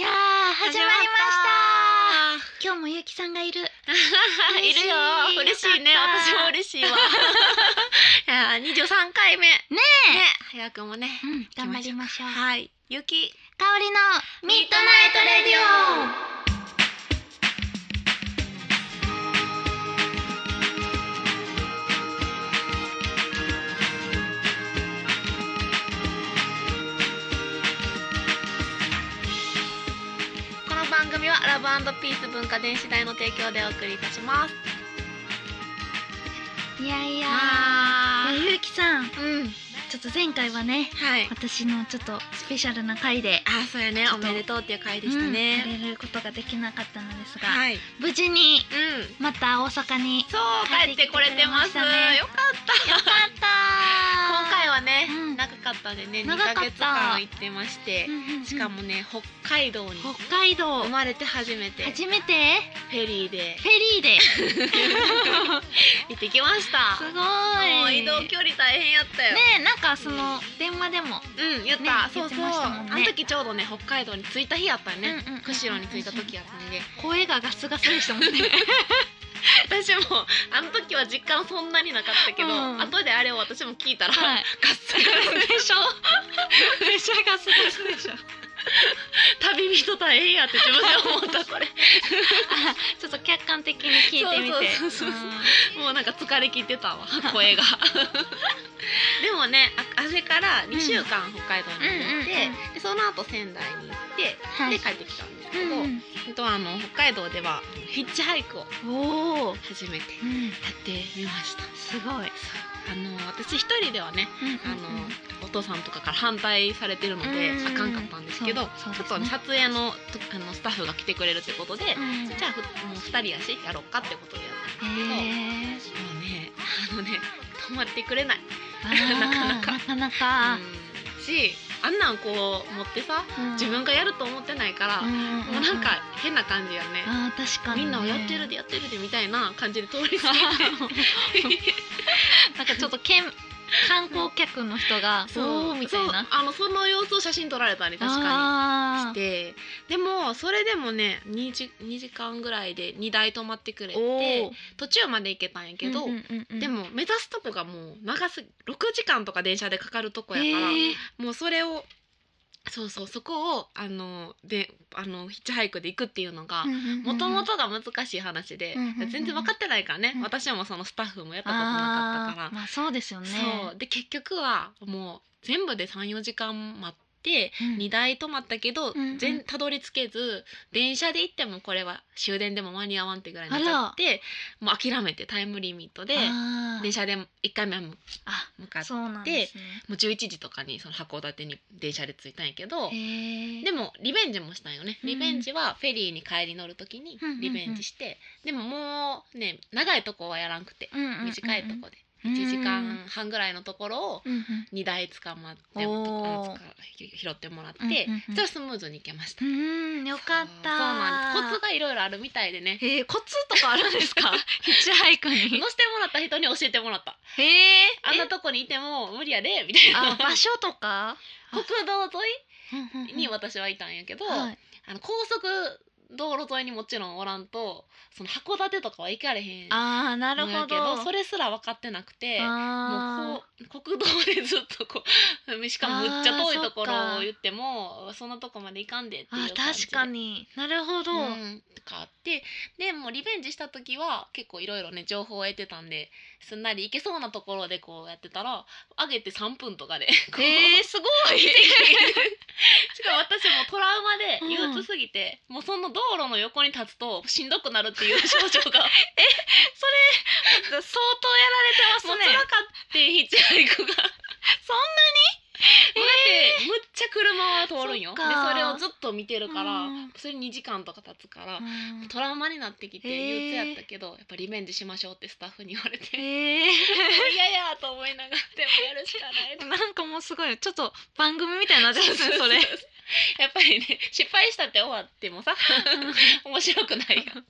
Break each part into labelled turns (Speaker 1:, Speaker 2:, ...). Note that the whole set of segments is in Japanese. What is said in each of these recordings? Speaker 1: 始まりました今日もゆうきさんがいる
Speaker 2: ま
Speaker 1: りました
Speaker 2: いるよ
Speaker 1: 嬉
Speaker 2: 嬉
Speaker 1: し
Speaker 2: し
Speaker 1: い
Speaker 2: いね
Speaker 1: よかった
Speaker 2: 私も嬉 しいわいや二十三回目ね
Speaker 1: え
Speaker 2: 早くもね
Speaker 1: うん頑張りましょう香
Speaker 2: はい雪
Speaker 1: りのミッドナイトレディ
Speaker 2: この番組はラブピース文化電子代の提供でお送りいたします
Speaker 1: オいやいや
Speaker 2: あ
Speaker 1: いやゆうきさん
Speaker 2: うん
Speaker 1: ちょっと前回はね
Speaker 2: はい
Speaker 1: 私のちょっとスペシャルな回で
Speaker 2: あそうやねおめでとうっていう回でした
Speaker 1: うん
Speaker 2: ね
Speaker 1: 触れることができなかったのですが、
Speaker 2: はいうん
Speaker 1: 無事にまた大阪に
Speaker 2: そう
Speaker 1: 帰
Speaker 2: 帰
Speaker 1: っ
Speaker 2: ってて
Speaker 1: こ
Speaker 2: こ
Speaker 1: れ
Speaker 2: れ
Speaker 1: て
Speaker 2: て
Speaker 1: ま
Speaker 2: ますす
Speaker 1: ね
Speaker 2: よかった
Speaker 1: よかった
Speaker 2: 今回はね
Speaker 1: うん
Speaker 2: 長かったんでね二
Speaker 1: 長かった
Speaker 2: ヶ月間行ってまして
Speaker 1: うんうんうん
Speaker 2: しかもね北海道に
Speaker 1: 北海道
Speaker 2: 生まれて初めて
Speaker 1: 初めて
Speaker 2: フェリーで
Speaker 1: フェリーで す
Speaker 2: 行ってきました
Speaker 1: ごい
Speaker 2: もう移動距離大変やったよ、
Speaker 1: ねえなんかその電話でも
Speaker 2: うん言った、
Speaker 1: ね
Speaker 2: そ
Speaker 1: 言っ
Speaker 2: う
Speaker 1: て
Speaker 2: そう、
Speaker 1: ましたもんね
Speaker 2: あの時ちょうどね北海道に着いた日やったよね、
Speaker 1: うんうんうん
Speaker 2: 釧路に着いた時やったんで
Speaker 1: 声がガスガスでしたもんね
Speaker 2: 私もあの時は実感そんなになかったけど、
Speaker 1: うん
Speaker 2: 後であれを私も聞いたら、
Speaker 1: はい
Speaker 2: ガッサガサ
Speaker 1: で しょめっちゃガスガスでしょ
Speaker 2: 旅人大変やって自分で思った これ
Speaker 1: あちょっと客観的に聞いてみて
Speaker 2: そうそうそうそう
Speaker 1: うん
Speaker 2: もうなんか疲れ切ってたわ 声がでもねああれから2週間北海道に行って、
Speaker 1: うんうん
Speaker 2: でその後仙台に行って、
Speaker 1: はい
Speaker 2: で帰ってきたんですけど、
Speaker 1: うん
Speaker 2: えっとあの北海道ではヒッチハイクを
Speaker 1: おお
Speaker 2: 初めて
Speaker 1: うん
Speaker 2: やってみました
Speaker 1: すごい
Speaker 2: あの私一人ではねあの、お父さんとかから反対されてるので、
Speaker 1: うん
Speaker 2: あかんかったんですけど、
Speaker 1: そう
Speaker 2: ち
Speaker 1: そ
Speaker 2: ょ
Speaker 1: う
Speaker 2: っ
Speaker 1: ですね
Speaker 2: とね撮影のとあのスタッフが来てくれるってことで、
Speaker 1: うん
Speaker 2: じゃあふもう2人やしやろうかってことでやったんですけ
Speaker 1: へえ
Speaker 2: ど、もうねあのね止まってくれない、
Speaker 1: あー
Speaker 2: なかなか
Speaker 1: なかなか
Speaker 2: うんしあんなんこう持ってさ
Speaker 1: うん
Speaker 2: 自分がやると思ってないから、
Speaker 1: うんうん
Speaker 2: もうなんか変な感じやね、
Speaker 1: あー確かにね
Speaker 2: みんなをやってるでやってるでみたいな感じで通り過ぎて
Speaker 1: なんかちょっとけん観光客の人がおおみたいな
Speaker 2: そうあのその様子を写真撮られたり確かに
Speaker 1: か
Speaker 2: してでもそれでもね 2, 時2時間ぐらいで2台泊まってくれ
Speaker 1: お
Speaker 2: て
Speaker 1: お
Speaker 2: 途中まで行けたんやけど、
Speaker 1: うんうんうん
Speaker 2: でも目指すとこがもう長すぎ6時間とか電車でかかるとこやから、
Speaker 1: へえ
Speaker 2: もうそれをそうそうそこをあのであのヒッチハイクで行くっていうのが。もともとが難しい話で、
Speaker 1: うんうんうん
Speaker 2: 全然分かってないからね、
Speaker 1: うん
Speaker 2: 私もそのスタッフもやったこと
Speaker 1: あ
Speaker 2: なかったから
Speaker 1: ー、まあそうですよね
Speaker 2: そうで結局はもう全部で34時間待って
Speaker 1: うん
Speaker 2: 2台止まったけ
Speaker 1: ん
Speaker 2: ど、
Speaker 1: うん
Speaker 2: 全たどり着けず電車で行ってもこれは終電でも間に合わんってぐらいになっちゃってもう諦めてタイムリミットで
Speaker 1: あー
Speaker 2: 電車で1回目は向
Speaker 1: あ
Speaker 2: かって
Speaker 1: そうなんですね
Speaker 2: もう11時とかにその函館に電車で着いたんやけど。
Speaker 1: へえ
Speaker 2: でもリベンジもしたんよね、
Speaker 1: うん
Speaker 2: リベンジはフェリーに帰り乗る時に
Speaker 1: うんうんうん
Speaker 2: リベンジして、でももうね長いとこはやらんくて
Speaker 1: うんうんうんうん
Speaker 2: 短いとこで
Speaker 1: うん
Speaker 2: 1時間半ぐらいのところを
Speaker 1: うんうん
Speaker 2: 2台捕まって
Speaker 1: おー
Speaker 2: とか拾ってもらって、
Speaker 1: うんうんうん
Speaker 2: じゃあスムーズに行けました。
Speaker 1: うんよかっ
Speaker 2: そう
Speaker 1: た
Speaker 2: なんですコツがいろいろあるみたいでね
Speaker 1: へえコツとかあるんです かヒッチハイク
Speaker 2: 乗せて
Speaker 1: に
Speaker 2: もらった人に教えてもらった
Speaker 1: へえ
Speaker 2: あんなとこにいても無理やでみたい
Speaker 1: あ
Speaker 2: な
Speaker 1: 場所とか
Speaker 2: 国道沿いに
Speaker 1: は
Speaker 2: 私はいたんやけど、
Speaker 1: はい
Speaker 2: あの高速道路沿いにもちろんおらんとその函館とかは行かれへん
Speaker 1: ああなる
Speaker 2: のや
Speaker 1: ほ
Speaker 2: け
Speaker 1: ど
Speaker 2: それすら分かってなくても
Speaker 1: あ
Speaker 2: うこう国道でずっとこう しかもむっちゃ遠いところを言ってもそんなとこまで行かんでっていう
Speaker 1: ーあ
Speaker 2: 感じ
Speaker 1: 確
Speaker 2: で
Speaker 1: かになるほど、
Speaker 2: うん、とかあってでもうリベンジした時は結構いろいろね情報を得てたんですんなり行けそうなところでこうやってたら上げて3分とかでこう
Speaker 1: えー、すごい
Speaker 2: しかも私もうトラウマで
Speaker 1: うん
Speaker 2: 憂鬱すぎて、もうその道路の横に立つとしんどくなるっ ていう症状が
Speaker 1: 相当やられて
Speaker 2: もう辛
Speaker 1: ますね
Speaker 2: かってヒッチハイク が。
Speaker 1: そん
Speaker 2: なにだってむっちゃ車は通るんよ
Speaker 1: そっ
Speaker 2: で
Speaker 1: か
Speaker 2: それをずっと見てるから、
Speaker 1: うん
Speaker 2: それ2時間とか経つから、
Speaker 1: うん
Speaker 2: トラウマになってきて
Speaker 1: へー
Speaker 2: 憂鬱やったけどやっぱリベンジしましょうってスタッフに言わ れて
Speaker 1: え
Speaker 2: 嫌ややと思いながらでもやるしかない
Speaker 1: ー、なんかもうすごいちょっと番組みたいになってますねそれ
Speaker 2: そうそう やっぱりね失敗したって終わってもさ 面白くないやん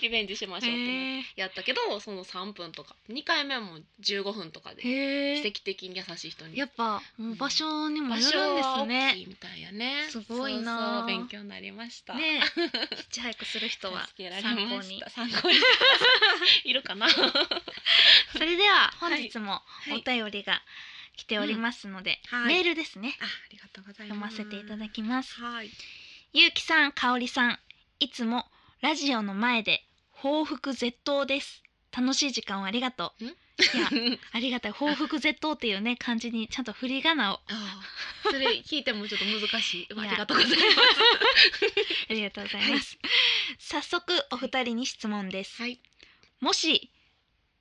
Speaker 2: リベンジしましょうってなって
Speaker 1: へ
Speaker 2: やったけどその3分とか2回目はもう15分とかで
Speaker 1: え
Speaker 2: 奇跡的に優しい人に
Speaker 1: やっぱもう場所にも
Speaker 2: 場
Speaker 1: よ
Speaker 2: 所
Speaker 1: るんで
Speaker 2: は
Speaker 1: す
Speaker 2: 大き
Speaker 1: ね
Speaker 2: いみたいやね
Speaker 1: すごいな
Speaker 2: そうそう勉強になりました
Speaker 1: ねえヒッチハイクする人は
Speaker 2: 助けられ
Speaker 1: 参
Speaker 2: ま
Speaker 1: 考
Speaker 2: し
Speaker 1: に
Speaker 2: た参考に いるかな
Speaker 1: それでは
Speaker 2: は
Speaker 1: 本
Speaker 2: い
Speaker 1: 日も
Speaker 2: い
Speaker 1: お便りが来ておりますので、
Speaker 2: うんはい
Speaker 1: メールですね
Speaker 2: あありがとうござい
Speaker 1: 読
Speaker 2: ま
Speaker 1: ますせていただきます
Speaker 2: はい
Speaker 1: ゆうきさん、かおりさん、いつもラジオの前で報復絶倒です。楽しい時間をありがとう。
Speaker 2: ん
Speaker 1: いや、ありがたい。報復絶倒っていうね、感じにちゃんと振り仮名を。
Speaker 2: ああそれ聞いてもちょっと難しい
Speaker 1: いや
Speaker 2: ありがとうございま
Speaker 1: ありがとうございます。早速、お二人に質問ですす。
Speaker 2: はい
Speaker 1: もし、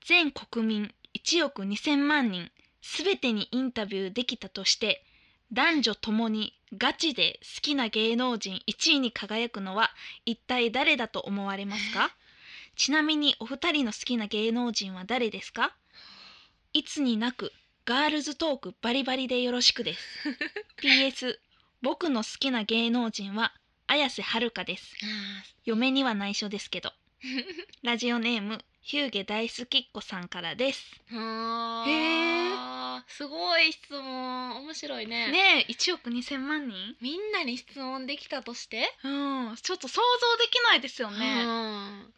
Speaker 1: 全国民1億2000万人、すべてにインタビューできたとして、男女ともにガチで好きな芸能人1位に輝くのは一体誰だと思われますかちなみにお二人の好きな芸能人は誰ですかいつになくガールズトークバリバリでよろしくです PS 僕の好きな芸能人は綾瀬はるかです嫁には内緒です けどラジオネームヒューゲ大好きっ子さんからです
Speaker 2: あ
Speaker 1: へ
Speaker 2: へえすごい質問面白いね
Speaker 1: ねえ1億2000万人
Speaker 2: みんなに質問できたとして
Speaker 1: うんちょっと想像できないですよね
Speaker 2: うん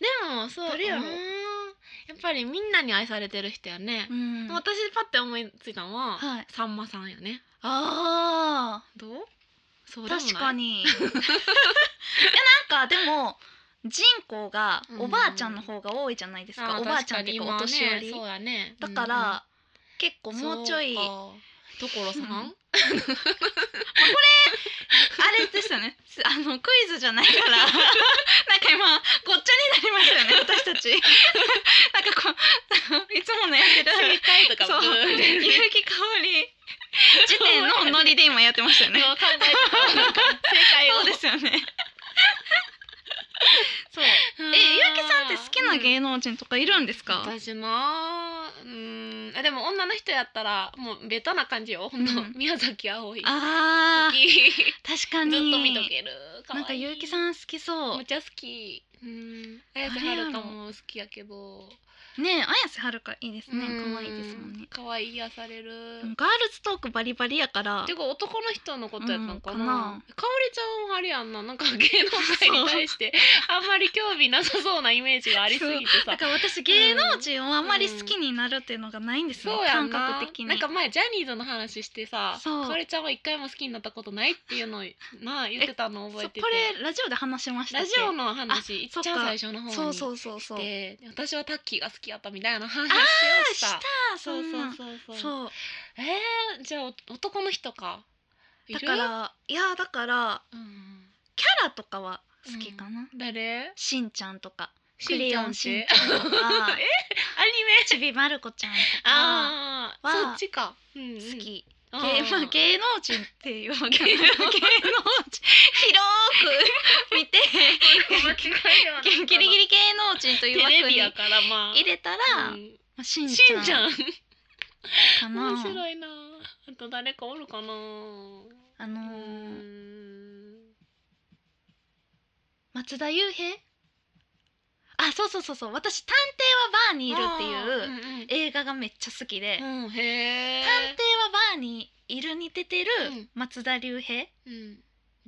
Speaker 2: でもそう
Speaker 1: 誰やろ
Speaker 2: うーんやっぱりみんなに愛されてる人やね
Speaker 1: う、ん
Speaker 2: 私パッて思いついたのは、
Speaker 1: はい
Speaker 2: さんまさんやね
Speaker 1: あー
Speaker 2: どうそうでもない
Speaker 1: 確かに いやなんかでも人口がおばあちゃんの方が多いじゃないですか、
Speaker 2: あー
Speaker 1: おばあちゃんっていうかお
Speaker 2: 確か
Speaker 1: 年寄
Speaker 2: に今ね
Speaker 1: り、
Speaker 2: そうやね
Speaker 1: だから、結構もうちょいあ
Speaker 2: ところさん、
Speaker 1: うんれですよねすあのクイズじゃないからな んか今ごっちゃになりましたよね私 たちなんかこういつものやってる
Speaker 2: 正解と
Speaker 1: そう
Speaker 2: ブー
Speaker 1: 結
Speaker 2: で
Speaker 1: 城かおり時点のノリで今やってましたよね
Speaker 2: 考えてなんか正解を
Speaker 1: そうですよねそうえ、ゆうきさんって好きな
Speaker 2: ー
Speaker 1: 芸能人とかいるんですか。
Speaker 2: 私なうーんあでも女の人やったらもうベタな感じよほんと、
Speaker 1: うん
Speaker 2: 宮崎あおい
Speaker 1: あ
Speaker 2: 好きずっ
Speaker 1: ー、確か
Speaker 2: と
Speaker 1: に。
Speaker 2: 見とける可
Speaker 1: な
Speaker 2: 愛い
Speaker 1: んかゆうきさん好きそ
Speaker 2: めっちゃ好きうん綾瀬はるかも好きやけど
Speaker 1: う。ねえ、綾瀬はるかいいですね。
Speaker 2: うん
Speaker 1: 可愛いですもんね。
Speaker 2: 可愛い癒される
Speaker 1: でもガールズトークバリバリやから
Speaker 2: て。いうか男の人のことやったんかな,、
Speaker 1: うんかな
Speaker 2: かおりちゃんはあれやんななんか芸能界に 対してあんまり興味なさそうなイメージがありすぎて
Speaker 1: だ
Speaker 2: さ
Speaker 1: から私芸能人をあんまり好きになるっていうのがないんですよ
Speaker 2: そう。やん
Speaker 1: 感
Speaker 2: な
Speaker 1: 覚的に。
Speaker 2: なんか前ジャニーズの話してさか
Speaker 1: そう
Speaker 2: おりちゃんは一回も好きになったことないっていうのをな言ってたの覚え
Speaker 1: そう
Speaker 2: てて
Speaker 1: これラジオで話しましたっ
Speaker 2: ラ
Speaker 1: け
Speaker 2: ジオの話いっちゃ
Speaker 1: そ
Speaker 2: ん
Speaker 1: っか
Speaker 2: 最初の方に
Speaker 1: そうそうそうそう。
Speaker 2: で私はタッキーが好きやったみたいな話をし
Speaker 1: した
Speaker 2: た
Speaker 1: そ
Speaker 2: そう
Speaker 1: うそう
Speaker 2: そうそうそう
Speaker 1: そう。
Speaker 2: えー、じゃあお男の人かい
Speaker 1: だ
Speaker 2: る
Speaker 1: からいやだから
Speaker 2: うん、
Speaker 1: キャラとかは好きかな。
Speaker 2: 誰
Speaker 1: しんちゃんとか。ク
Speaker 2: し
Speaker 1: レ
Speaker 2: んち
Speaker 1: ヨ
Speaker 2: ゃん
Speaker 1: ン
Speaker 2: っ
Speaker 1: しん
Speaker 2: て
Speaker 1: ちゃん とか
Speaker 2: アニメ
Speaker 1: ちびまる子ちゃんとか
Speaker 2: ああ
Speaker 1: は
Speaker 2: そっちか、うんうん
Speaker 1: 好き、
Speaker 2: あ
Speaker 1: 芸
Speaker 2: ー
Speaker 1: まあ、芸能人っていうわけ芸
Speaker 2: 芸
Speaker 1: 能
Speaker 2: 能
Speaker 1: 人 広く 見て
Speaker 2: 間違えではなかったな
Speaker 1: ギリギリ芸能人という
Speaker 2: テレ
Speaker 1: 枠
Speaker 2: ビ
Speaker 1: に
Speaker 2: やからまあ
Speaker 1: 入れたら、ま
Speaker 2: うん
Speaker 1: あ、しんち
Speaker 2: し
Speaker 1: ゃ
Speaker 2: んちゃ
Speaker 1: ん
Speaker 2: ん
Speaker 1: かな
Speaker 2: 面白いなあと誰かおるか
Speaker 1: あ
Speaker 2: な
Speaker 1: の
Speaker 2: う
Speaker 1: ー
Speaker 2: ん
Speaker 1: 松田優平あそうそうそうそう私「探偵はバーにいる」っていう
Speaker 2: い
Speaker 1: 映画がめっちゃ好きで「
Speaker 2: うんうん、うん、へえ
Speaker 1: 探偵はバーにいる」に出てる
Speaker 2: うん
Speaker 1: 松田龍平
Speaker 2: うん、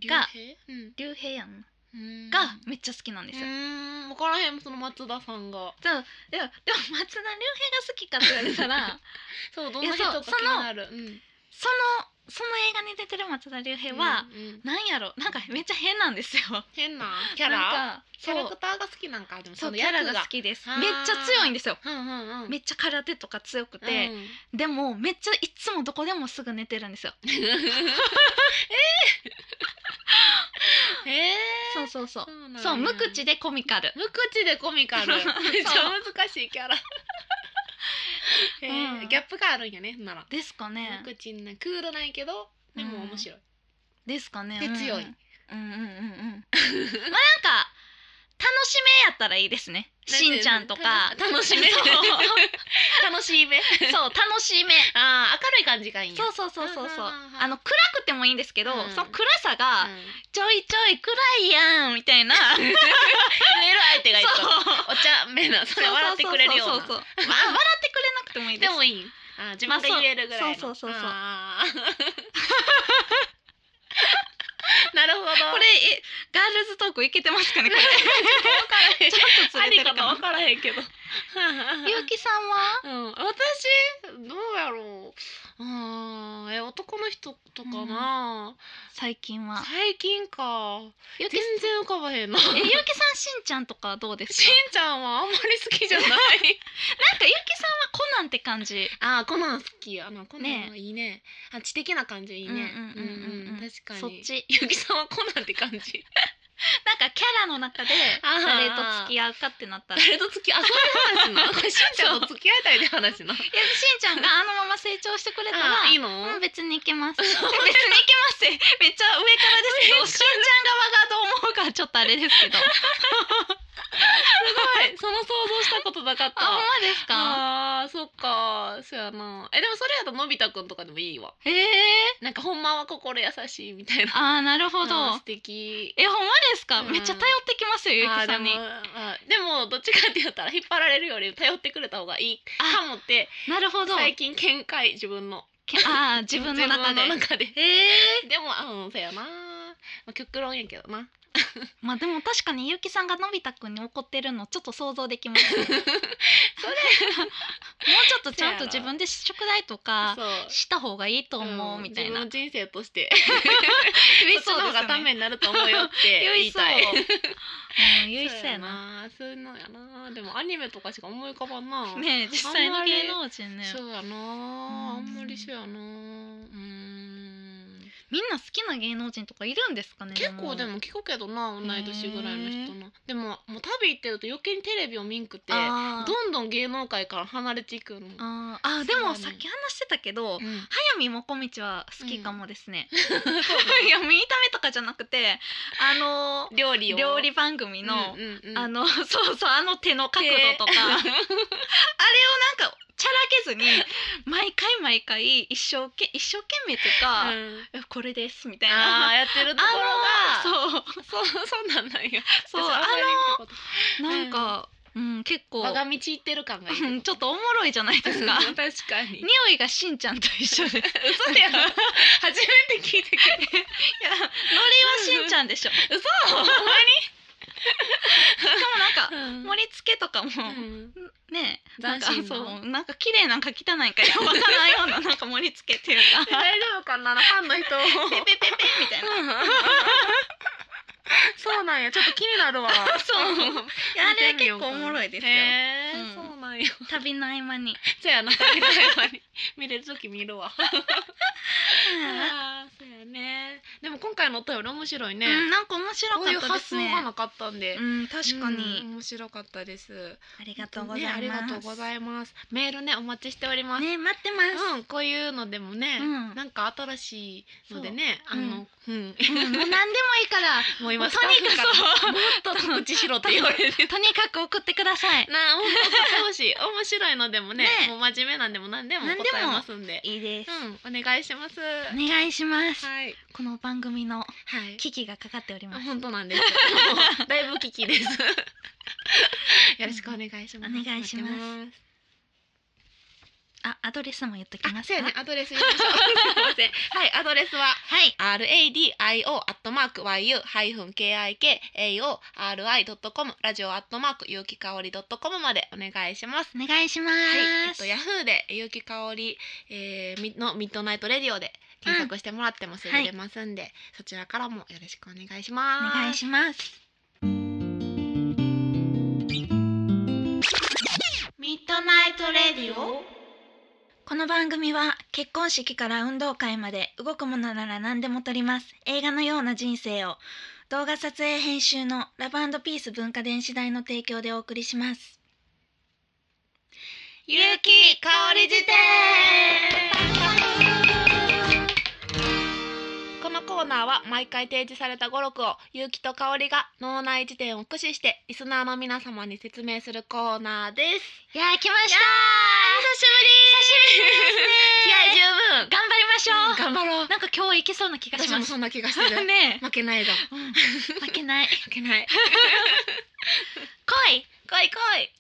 Speaker 1: が
Speaker 2: 竜兵うん
Speaker 1: 龍平やんな
Speaker 2: うん
Speaker 1: がめっちゃ好きなんですよ
Speaker 2: うん分からへんその松田さんが
Speaker 1: そうでもでも松田龍平が好きかって言われたら
Speaker 2: そうどんな人
Speaker 1: いやそ
Speaker 2: か
Speaker 1: う
Speaker 2: 気になるうん
Speaker 1: そのその映画に出てる松田龍平は、
Speaker 2: うんうん
Speaker 1: なんやろなんかめっちゃ変なんですよ
Speaker 2: 変なキャラ
Speaker 1: なんか
Speaker 2: キャラ
Speaker 1: そ
Speaker 2: ク
Speaker 1: う
Speaker 2: ターが好きなんかでも
Speaker 1: そ
Speaker 2: そうの
Speaker 1: キャラ
Speaker 2: 役
Speaker 1: が
Speaker 2: が
Speaker 1: 好きです
Speaker 2: あー
Speaker 1: めっちゃ強いんですよ
Speaker 2: うんうんう ん
Speaker 1: めっちゃ空手とか強 くて、
Speaker 2: うん
Speaker 1: でもめっちゃいつもどこでもすぐ寝てるんですよ、
Speaker 2: え え
Speaker 1: そうそうそう
Speaker 2: そうなんや
Speaker 1: そう無口でコミカル
Speaker 2: 無口でコミカ ルめっちゃ難しいキャラえー
Speaker 1: うん
Speaker 2: ギャップがあるんやねほんなら、
Speaker 1: ですかね
Speaker 2: 無口なクールないけどでも面白い、
Speaker 1: ですかね
Speaker 2: で
Speaker 1: うん
Speaker 2: 強い
Speaker 1: うんうんうんうんまあなんか楽しめやったらいいですねしんちゃんとか
Speaker 2: 楽しめ
Speaker 1: そう
Speaker 2: 楽しい め
Speaker 1: そう楽しめ
Speaker 2: ああ明るい感じがいいんや
Speaker 1: そうそうそうそうそう
Speaker 2: はんはんはんはん
Speaker 1: あの暗くてもいいんですけど、
Speaker 2: うん
Speaker 1: その暗さが、
Speaker 2: うん
Speaker 1: ちょいちょい暗いやんみたいなそう
Speaker 2: 言える相手がいいとお茶目な それ笑ってくれるよう
Speaker 1: そうそうそ
Speaker 2: な
Speaker 1: うそう、まあ、笑ってくれなくてもいいで
Speaker 2: ですもいいあー自分で言えるぐらいの
Speaker 1: そうそうそう そうそう
Speaker 2: あーなるほど
Speaker 1: これえガールズトークいけてますかねこれ
Speaker 2: れ
Speaker 1: ちょっと
Speaker 2: あ
Speaker 1: ずれ
Speaker 2: り
Speaker 1: て
Speaker 2: か
Speaker 1: る
Speaker 2: も
Speaker 1: か
Speaker 2: わ
Speaker 1: も
Speaker 2: からへんけど
Speaker 1: ゆうきさんは
Speaker 2: うん、私どうやろううんえ男の人とかな、
Speaker 1: 最近は
Speaker 2: 最近か
Speaker 1: ゆうき
Speaker 2: 全
Speaker 1: さん
Speaker 2: 然浮かばへん な
Speaker 1: え
Speaker 2: し
Speaker 1: ゆうきさんしんちゃんとかどうですか
Speaker 2: んちゃんはあんまり好きじゃない
Speaker 1: なんかゆうきさんはコナンって感じ
Speaker 2: あーコナン好きあのコ
Speaker 1: ね
Speaker 2: ナンはいいねあ知的な感じいいね
Speaker 1: うんうんうんうんうん
Speaker 2: うんうん確かに
Speaker 1: そっち
Speaker 2: ゆきさんはコナンって感じ
Speaker 1: なんかキャラの中で
Speaker 2: あー
Speaker 1: 誰と付き合うかってなった らいや
Speaker 2: 誰と付きあそういう話な これしんちゃんと付き合いたいって話 な
Speaker 1: しんちゃんがあのまま成長してくれたら
Speaker 2: あいいの、
Speaker 1: うん、別にいけます。 別にいけますってめっちゃ上からですけど、しんちゃん側がどう思うかちょっとあれですけど。
Speaker 2: はいその想像したことなかった
Speaker 1: あ、ほんまですか。
Speaker 2: あーそっかそうやなえでもそれやとのび太くんとかでもいいわ
Speaker 1: ええ
Speaker 2: なんかほんまは心優しいみたいな
Speaker 1: ー、あー、なるほ
Speaker 2: あー
Speaker 1: ど
Speaker 2: 素。敵
Speaker 1: え、ほんまですか。
Speaker 2: うん
Speaker 1: めっちゃ頼ってきますよ、ゆうき
Speaker 2: あ
Speaker 1: さ
Speaker 2: ーで
Speaker 1: ん
Speaker 2: も
Speaker 1: に。
Speaker 2: あーでもどっちかって言ったら引っ張られるより頼ってくれた方がいい
Speaker 1: あ
Speaker 2: かもって
Speaker 1: なるほど。
Speaker 2: 最近見解自分の
Speaker 1: けあー、自分の中で。
Speaker 2: 自分の中で
Speaker 1: ええ
Speaker 2: でもうんそうやな、まあ、極論やけどな
Speaker 1: ー、まあでも確かにゆうきさんがのび太くんに怒ってるのちょっと想像でき ます。それもうちょっとちゃんと自分で宿題とか
Speaker 2: そう
Speaker 1: した方がいいと思う、
Speaker 2: ん
Speaker 1: みたいな。
Speaker 2: 自分の人生として
Speaker 1: 言
Speaker 2: そっちの方がためになると思うよって言いたい
Speaker 1: うん、言いそうやな。
Speaker 2: そういうのやなでもアニメとかしか思い浮かばんな、
Speaker 1: ねえ、実際の芸能人ね。
Speaker 2: そうやなあんまりそうやなうん
Speaker 1: みんな好きな芸能人とかいるんですかね。
Speaker 2: 結構で。も聞くけどな同い年ぐらいの人のでももう旅行ってると余計にテレビを見んくて
Speaker 1: あー
Speaker 2: どんどん芸能界から離れていくの、
Speaker 1: あーあー、でもさっき話してたけど、
Speaker 2: うん
Speaker 1: 早見もこみちは好きかもですね。 いや、見た目とかじゃなくて、あの
Speaker 2: 料理を
Speaker 1: 料理番組の、
Speaker 2: うんうんうん
Speaker 1: あの、そうそう、あの手の角度とか、
Speaker 2: 手
Speaker 1: あれをなんか。チャラけずに毎回毎回一生け一生懸命とか、
Speaker 2: うん
Speaker 1: えこれですみたい
Speaker 2: あ
Speaker 1: な
Speaker 2: ーやってるとこ
Speaker 1: あ
Speaker 2: ろが
Speaker 1: のそう
Speaker 2: そう そうなんなんや
Speaker 1: そう
Speaker 2: 私あんまり見たこと
Speaker 1: なんか、うん、結構、
Speaker 2: 我が道行ってる感がいい
Speaker 1: うんちょっとおもろいじゃないですか。
Speaker 2: 確かに
Speaker 1: 匂いがしんちゃんと一緒です。いや、
Speaker 2: 嘘や初めて聞いたけど
Speaker 1: ノリはしんちゃんで しょ。しか
Speaker 2: 嘘ほん
Speaker 1: もなんか、
Speaker 2: まに
Speaker 1: 盛り付けとかも、
Speaker 2: うん
Speaker 1: ね、なんか、
Speaker 2: 斬新
Speaker 1: そ
Speaker 2: な
Speaker 1: う、なんか綺麗なんか汚いんかよくわからないような、なんか盛り付けっていう
Speaker 2: え
Speaker 1: か。
Speaker 2: 大丈夫かなファンの人
Speaker 1: ペペペペみたいな。
Speaker 2: そうなんやちょっと気になるわ
Speaker 1: そうあれ
Speaker 2: 見てみ
Speaker 1: 結
Speaker 2: ようか
Speaker 1: 構おもろいですよ。
Speaker 2: へー
Speaker 1: うん
Speaker 2: そうなんや
Speaker 1: 旅の合間に。
Speaker 2: そうやな見れるわ見れる時見るわあーそうやねでも今回のお便り面白いね、
Speaker 1: うん、なんか面白
Speaker 2: こういう
Speaker 1: かったで
Speaker 2: 発
Speaker 1: す
Speaker 2: 想が
Speaker 1: ね。
Speaker 2: なかったんで、
Speaker 1: うん、確か
Speaker 2: う
Speaker 1: に。
Speaker 2: ん面白かったです
Speaker 1: ありがとうございます。
Speaker 2: ね、ありがとうございますメールねお待ちしております、
Speaker 1: ね、待ってます。
Speaker 2: うんこういうのでもね、
Speaker 1: うん
Speaker 2: なんか新しいのでねあ
Speaker 1: そう
Speaker 2: のう
Speaker 1: う
Speaker 2: ん、
Speaker 1: ん もう何でもいいから。
Speaker 2: もう今
Speaker 1: もう
Speaker 2: スタ
Speaker 1: と
Speaker 2: ッ
Speaker 1: にかく
Speaker 2: フから
Speaker 1: そう
Speaker 2: もっと告知しろって言われ て
Speaker 1: とにかく送ってください。
Speaker 2: なあ、本当送ってほし い。面白いのでもね、
Speaker 1: ね
Speaker 2: もう真面目なんでも何でも答えますんで。
Speaker 1: いいです。
Speaker 2: うん、お願いします。
Speaker 1: お願いします。
Speaker 2: はい。
Speaker 1: この番組の
Speaker 2: はい。
Speaker 1: 危機がかかっており
Speaker 2: あ
Speaker 1: ます。
Speaker 2: 本当なんです。もうだいぶ危 機です。よろしくお願いします。
Speaker 1: お願いします
Speaker 2: 待ってす。
Speaker 1: あ、アドレスも言っとき
Speaker 2: あ、
Speaker 1: ます
Speaker 2: そう
Speaker 1: か。
Speaker 2: やね、アドレス言 いましょう。すみません。はい、アドレスは。
Speaker 1: はい。
Speaker 2: radio.yu-kikaori.com ラジオ .yu 有機香り .com までお願いします。
Speaker 1: お願いしま
Speaker 2: はい、えっ
Speaker 1: す。
Speaker 2: とヤフーでゆうきかおり、えーみのミッドナイトレディオで検索してもらってもすぐ出ますんで、そちらからもよろしくお願いし
Speaker 1: お
Speaker 2: ます。
Speaker 1: 願いします。
Speaker 2: ミッドナイトレディオ。
Speaker 1: この番組は結婚式から運動会まで動くものなら何でも撮ります映画のような人生を動画撮影編集のラブピース文化電子代の提供でお送りします
Speaker 2: ゆうきかおり辞典。このコーナーーは毎回提示された語録を結城と香りが脳内辞典を駆使してリスナーの皆様に説明するコーナーです
Speaker 1: いやー来ました
Speaker 2: 気合
Speaker 1: 久しぶり
Speaker 2: 十
Speaker 1: 頑
Speaker 2: 分
Speaker 1: 張りましょう、
Speaker 2: 頑張ろう
Speaker 1: なんか今日いけそうな気がし
Speaker 2: 私
Speaker 1: ま
Speaker 2: も
Speaker 1: す
Speaker 2: そんな気が す る
Speaker 1: ね
Speaker 2: 負けないぞ
Speaker 1: 負けない
Speaker 2: 負けない
Speaker 1: 来い
Speaker 2: 来い来い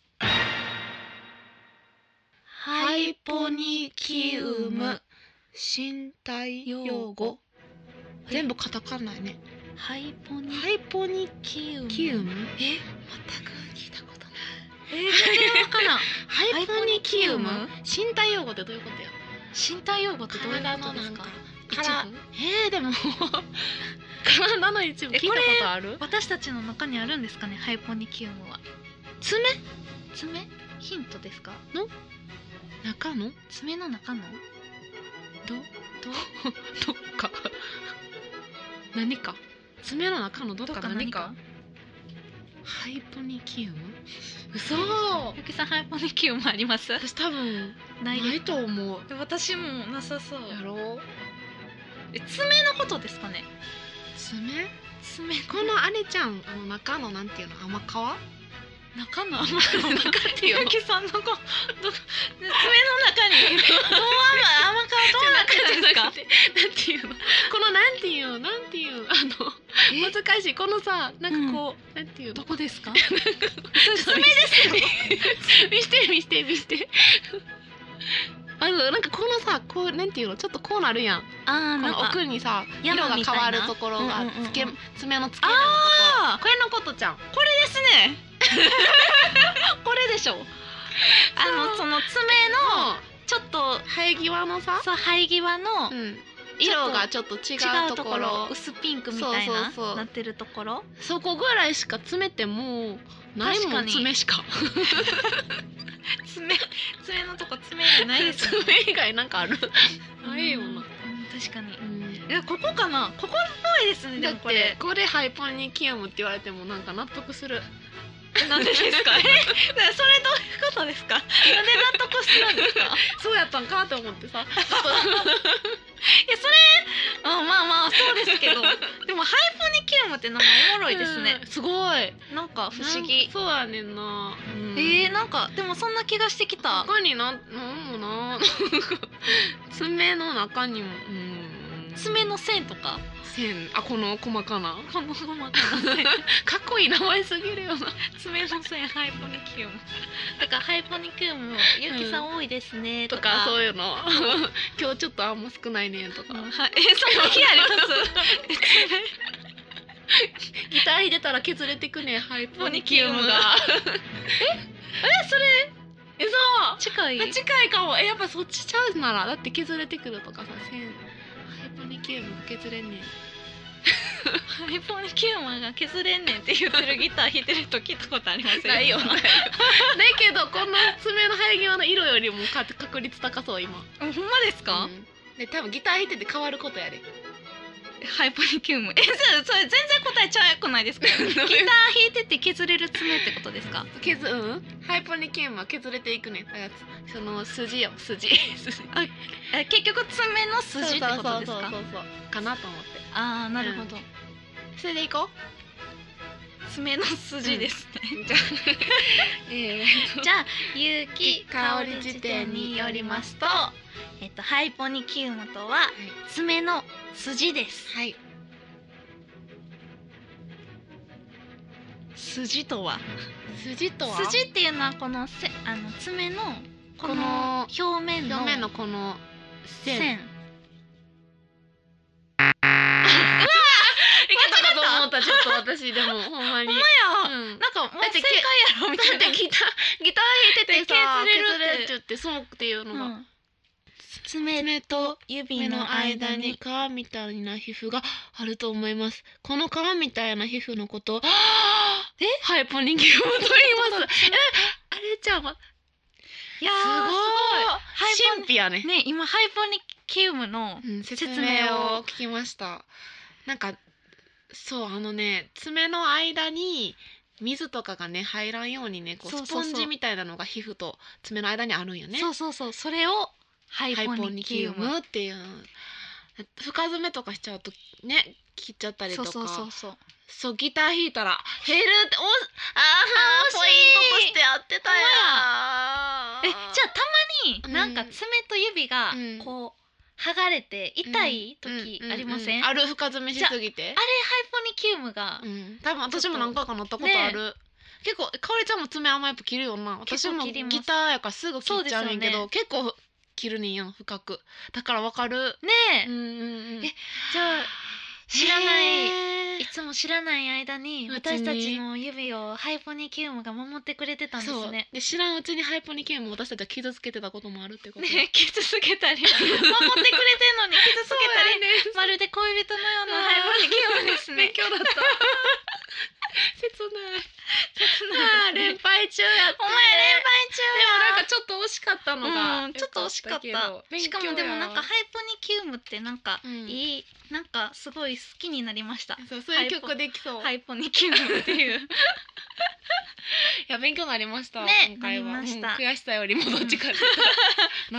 Speaker 1: ハイポニ
Speaker 2: キ
Speaker 1: キ
Speaker 2: ウ
Speaker 1: ウ
Speaker 2: ム
Speaker 1: ム
Speaker 2: 身体用
Speaker 1: 用
Speaker 2: 語
Speaker 1: 語
Speaker 2: 全部カタカナやね
Speaker 1: ハイポニ
Speaker 2: ハイポニ
Speaker 1: キウム
Speaker 2: キウム
Speaker 1: え
Speaker 2: 全く聞いたことない
Speaker 1: え全然わからん
Speaker 2: ハイポニキウム
Speaker 1: ハイ
Speaker 2: 身体用語ってどういうことや
Speaker 1: 身体用語ってどういうことですか
Speaker 2: 体のなんか
Speaker 1: 一部
Speaker 2: えー、でも体の一部聞いたことある
Speaker 1: 私たちの中にあるんですかねハイポニキウムは
Speaker 2: 爪
Speaker 1: 爪ヒントですか
Speaker 2: 中の
Speaker 1: 爪の中の
Speaker 2: どどどっか何か爪の中のどっか何かハイポニキウム嘘
Speaker 1: ゆきさんハイポニキウムあります
Speaker 2: 私多分
Speaker 1: な
Speaker 2: ない
Speaker 1: です
Speaker 2: いと思う
Speaker 1: 私もなさそう
Speaker 2: やろう
Speaker 1: え爪のことですかね
Speaker 2: 爪
Speaker 1: 爪
Speaker 2: このあれちゃんあの中のなんていうの甘皮
Speaker 1: 中の甘
Speaker 2: 中の中っていうの
Speaker 1: ゆきさんのこど爪の中にどう甘甘皮どうなってるんですか
Speaker 2: なんていうのこのなんていうなんていうあの難しいこのさなんかこう、なんていうの
Speaker 1: どこです か
Speaker 2: 爪ですよ 見して見して見してあのなんかこのさこうなんていうのちょっとこうなるやん
Speaker 1: ああ
Speaker 2: こ
Speaker 1: なん
Speaker 2: の
Speaker 1: か
Speaker 2: 奥にさ色
Speaker 1: 山み
Speaker 2: が変
Speaker 1: たいな
Speaker 2: わるところが
Speaker 1: うんうんうんうん
Speaker 2: つけ爪の付け根のとこ
Speaker 1: あ
Speaker 2: これのことちゃん
Speaker 1: これですねこれでしょあのその爪のちょっと
Speaker 2: 生え際のさ、
Speaker 1: そう生え際の
Speaker 2: うん、
Speaker 1: ちょっと
Speaker 2: 色がちょっと違
Speaker 1: 違
Speaker 2: う
Speaker 1: う
Speaker 2: と
Speaker 1: と
Speaker 2: こ
Speaker 1: こ
Speaker 2: ろ
Speaker 1: ろ薄ピンクみたいな
Speaker 2: そうそうそう
Speaker 1: なってるところ
Speaker 2: そこぐらいしか詰めてもうない
Speaker 1: 確
Speaker 2: も
Speaker 1: か
Speaker 2: ん
Speaker 1: に
Speaker 2: 爪しか
Speaker 1: 爪爪のとこ爪じゃない ですよ
Speaker 2: 爪 以外なんかあるないよ
Speaker 1: うん
Speaker 2: な、
Speaker 1: 確かに
Speaker 2: うん
Speaker 1: いやここかなここっぽいですねで
Speaker 2: だっ
Speaker 1: も
Speaker 2: て
Speaker 1: これ
Speaker 2: これハイポニキウムって言われてもなんか納得する
Speaker 1: なんでです かえ それどういうことですかなんで納得するんです かい
Speaker 2: そうやったんかと思ってさ
Speaker 1: やそれあまあまあそうです けどでもハイポニキウムって名前おもろいですね、
Speaker 2: うんすごい
Speaker 1: なんか不思議
Speaker 2: なんそうやねんな、うん
Speaker 1: えー、なんかでもそんな気がしてきた
Speaker 2: 他になんなんもななん か爪の中にも、うん、
Speaker 1: 爪の線とか
Speaker 2: 線あこの細かな
Speaker 1: この細かな線
Speaker 2: かっこいい名前すぎるよな
Speaker 1: 爪の線ハイポニキウムだからハイポニキウムもゆきさん多いですね
Speaker 2: と
Speaker 1: と
Speaker 2: か
Speaker 1: か、
Speaker 2: そういうの今日ちょっとあんま少ないねんとか
Speaker 1: うんはいえ そんな日あります
Speaker 2: ギター入れたら削れてくねんハイポ
Speaker 1: ポ
Speaker 2: ニ
Speaker 1: ニ
Speaker 2: キ
Speaker 1: キ
Speaker 2: ウ
Speaker 1: ウ
Speaker 2: ム
Speaker 1: ム
Speaker 2: が
Speaker 1: が
Speaker 2: えそう
Speaker 1: 近い
Speaker 2: あ近いかもえやっぱそっちちゃうならだって削れてくるとかさ線ハイポニキウムが削れんねん
Speaker 1: ハイポニキウムが削れんねんって言ってるギター弾いてる人聞いたことありません
Speaker 2: ないよないよだけどこの爪の生え際の色よりもか確率高そう今
Speaker 1: あほんまですか、
Speaker 2: うんで多分ギター弾いてて変わることや で
Speaker 1: ハイポニキウムえそうそれ全然答えちゃうくないです かギター弾いてて削れる爪ってことですか
Speaker 2: 削うんハイポニキウムは削れていくねんだからその筋よ 筋筋
Speaker 1: え結局爪の筋ってことです
Speaker 2: そうそ
Speaker 1: か
Speaker 2: うそうそうかなと思って
Speaker 1: ああなるほど、
Speaker 2: それでいこ
Speaker 1: 爪の筋ですね、
Speaker 2: うじゃあ えー
Speaker 1: じゃあ有
Speaker 2: 木
Speaker 1: 機
Speaker 2: 香
Speaker 1: 香
Speaker 2: り
Speaker 1: り
Speaker 2: 辞
Speaker 1: 辞
Speaker 2: 典
Speaker 1: 典
Speaker 2: に
Speaker 1: に
Speaker 2: よ
Speaker 1: よ
Speaker 2: り
Speaker 1: り
Speaker 2: ま
Speaker 1: ますす
Speaker 2: と
Speaker 1: と、えっと、ハイポニキウムとは爪の筋です
Speaker 2: はい、はい、
Speaker 1: 筋とは
Speaker 2: 筋とは
Speaker 1: 筋っていうのはこのせあの爪のこの表面の
Speaker 2: 表面のこの線
Speaker 1: 線
Speaker 2: いけたかと思ったちょっと私でもほんまに
Speaker 1: や
Speaker 2: うん
Speaker 1: なんかもう
Speaker 2: だって
Speaker 1: 正
Speaker 2: け
Speaker 1: 解やろみ
Speaker 2: だ
Speaker 1: たい
Speaker 2: っ
Speaker 1: な
Speaker 2: てギター ギター弾い
Speaker 1: 削れるっ
Speaker 2: ててさ
Speaker 1: て
Speaker 2: 削れるって言ってそうっていうのが、
Speaker 1: うん爪
Speaker 2: 目と目
Speaker 1: 指
Speaker 2: の
Speaker 1: の間
Speaker 2: 間に
Speaker 1: に
Speaker 2: 皮みたいな皮膚があると思いますこの皮みたいな皮膚のことを
Speaker 1: え
Speaker 2: ハイポニキウムと言いますえあれちゃんは
Speaker 1: いやー
Speaker 2: す
Speaker 1: すごいハイポ
Speaker 2: 神秘やね
Speaker 1: ニね今ハイポニキウムの
Speaker 2: うん、説
Speaker 1: 説明を
Speaker 2: 明を聞きましたなんかそうあのね爪の間に水とかがね入らんようにねこう
Speaker 1: そう
Speaker 2: ス
Speaker 1: そうそ
Speaker 2: ポ
Speaker 1: う
Speaker 2: ンジみたいなのが皮膚と爪の間にあるんよね
Speaker 1: そうそうそうそれをハイ
Speaker 2: ハイ
Speaker 1: ポ
Speaker 2: ポ
Speaker 1: ニ
Speaker 2: ニ
Speaker 1: キ
Speaker 2: キ
Speaker 1: ウ
Speaker 2: ウ
Speaker 1: ム
Speaker 2: ムっていう深爪とかしちゃうとね切っちゃったりと
Speaker 1: そう
Speaker 2: か
Speaker 1: そうそうそう
Speaker 2: そうギター弾いたら減るっておあ
Speaker 1: 惜しい
Speaker 2: ーポイントとしてやってた
Speaker 1: え
Speaker 2: や
Speaker 1: じゃあたまになんか
Speaker 2: うん
Speaker 1: 爪と指が
Speaker 2: うん
Speaker 1: こう剥がれて痛い時ありませんあ
Speaker 2: あ
Speaker 1: れハイ
Speaker 2: る深爪しすぎて
Speaker 1: ポニキウムが
Speaker 2: うん、多分私も何回か乗ったことある、結構かおりちゃんも爪甘いっぽ切るよな
Speaker 1: 結
Speaker 2: 私
Speaker 1: 構
Speaker 2: も
Speaker 1: 切り
Speaker 2: ギ
Speaker 1: ます
Speaker 2: ターやからすぐ切っちゃうねんけど、
Speaker 1: そ
Speaker 2: 結構切るねんやん深くだからわかる
Speaker 1: ねえ
Speaker 2: うんうんうん
Speaker 1: えじゃあ知らない
Speaker 2: へー
Speaker 1: いつも知らない間に
Speaker 2: うちに
Speaker 1: 私たちの指をハイポニキウムが守ってくれてたんで
Speaker 2: そ
Speaker 1: す
Speaker 2: う
Speaker 1: ね
Speaker 2: で知らんうちにハイポニキウムを私たちは傷つけてたこともあるってこと
Speaker 1: ねえ傷つけたり 守ってくれてんのに傷つけたり
Speaker 2: ね
Speaker 1: まるで恋人のようなハイポニキウムですね
Speaker 2: 勉強だった切ない あー連敗中やって
Speaker 1: お前連敗中
Speaker 2: でもなんかちょっと惜しかったのが、
Speaker 1: うん、ちょっと惜しかっ
Speaker 2: よかった
Speaker 1: たしかもでもなんかハイポニキウムってなんか
Speaker 2: うん
Speaker 1: いい、なんかすごい好きになりました
Speaker 2: そうそういう曲できそう、
Speaker 1: ハイポニキウムっていう
Speaker 2: いや勉強になりました。
Speaker 1: ね
Speaker 2: 今回は
Speaker 1: なりました
Speaker 2: うん悔しさよりもどっちか。
Speaker 1: ん
Speaker 2: なるほ ど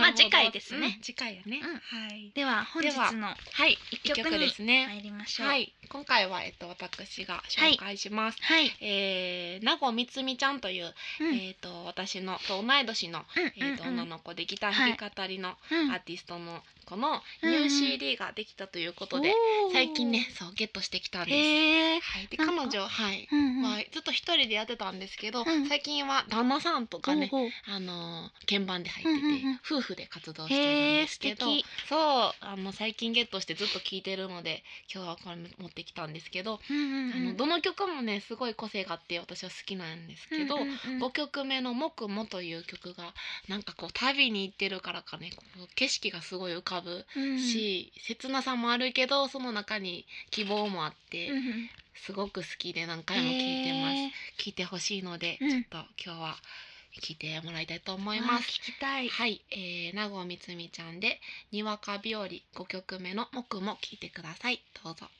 Speaker 1: まあ次回ですね
Speaker 2: うん次回やね。
Speaker 1: うん
Speaker 2: はい。
Speaker 1: では本日の
Speaker 2: はい。
Speaker 1: 一
Speaker 2: 一
Speaker 1: 曲
Speaker 2: 曲で
Speaker 1: に
Speaker 2: すね。
Speaker 1: 参りましょう
Speaker 2: はい。今回はえっと私が紹介します。
Speaker 1: はい、
Speaker 2: えー、名護みつみちゃんという、
Speaker 1: うん
Speaker 2: えっと私のと同い年の、えっと
Speaker 1: うんうんう
Speaker 2: 女
Speaker 1: ん
Speaker 2: の子でギター弾き語りの
Speaker 1: うん
Speaker 2: アーティストの子の
Speaker 1: うん
Speaker 2: ニ
Speaker 1: うん
Speaker 2: ュー CD ができたということで、
Speaker 1: おー
Speaker 2: 最近ねそうゲットしてきたんです。
Speaker 1: へえ
Speaker 2: はい。で
Speaker 1: なん
Speaker 2: 彼
Speaker 1: か
Speaker 2: 女はい。
Speaker 1: うんうん
Speaker 2: まあ、ずっと一人でやってたんですけど、
Speaker 1: うん
Speaker 2: 最近は旦那さんとかね、
Speaker 1: ほうほう
Speaker 2: あのー鍵盤で入ってて、
Speaker 1: うんうんうん
Speaker 2: 夫婦で活動してるんですけど
Speaker 1: へー素敵
Speaker 2: そうあの最近ゲットしてずっと聴いてるので今日はこれ持ってきたんですけど、
Speaker 1: うんうんうん
Speaker 2: あのどの曲もねすごい個性があって私は好きなんですけど、
Speaker 1: うんうんうん
Speaker 2: 5曲目の「もくも」という曲がなんかこう旅に行ってるからかねこう景色がすごい浮かぶ
Speaker 1: うんうん
Speaker 2: し、切なさもあるけどその中に希望もあって、
Speaker 1: うんうん
Speaker 2: すごく好きで何回も聴いてます。聞いてほしいので、
Speaker 1: うん
Speaker 2: ちょっと今日は聞いてもらいたいと思
Speaker 1: へ
Speaker 2: い
Speaker 1: ー
Speaker 2: ま
Speaker 1: あー
Speaker 2: す。
Speaker 1: 聞きたい
Speaker 2: はい、えー、名護みつみちゃんでにわか日和5曲目の木も聞いてください。どうぞ。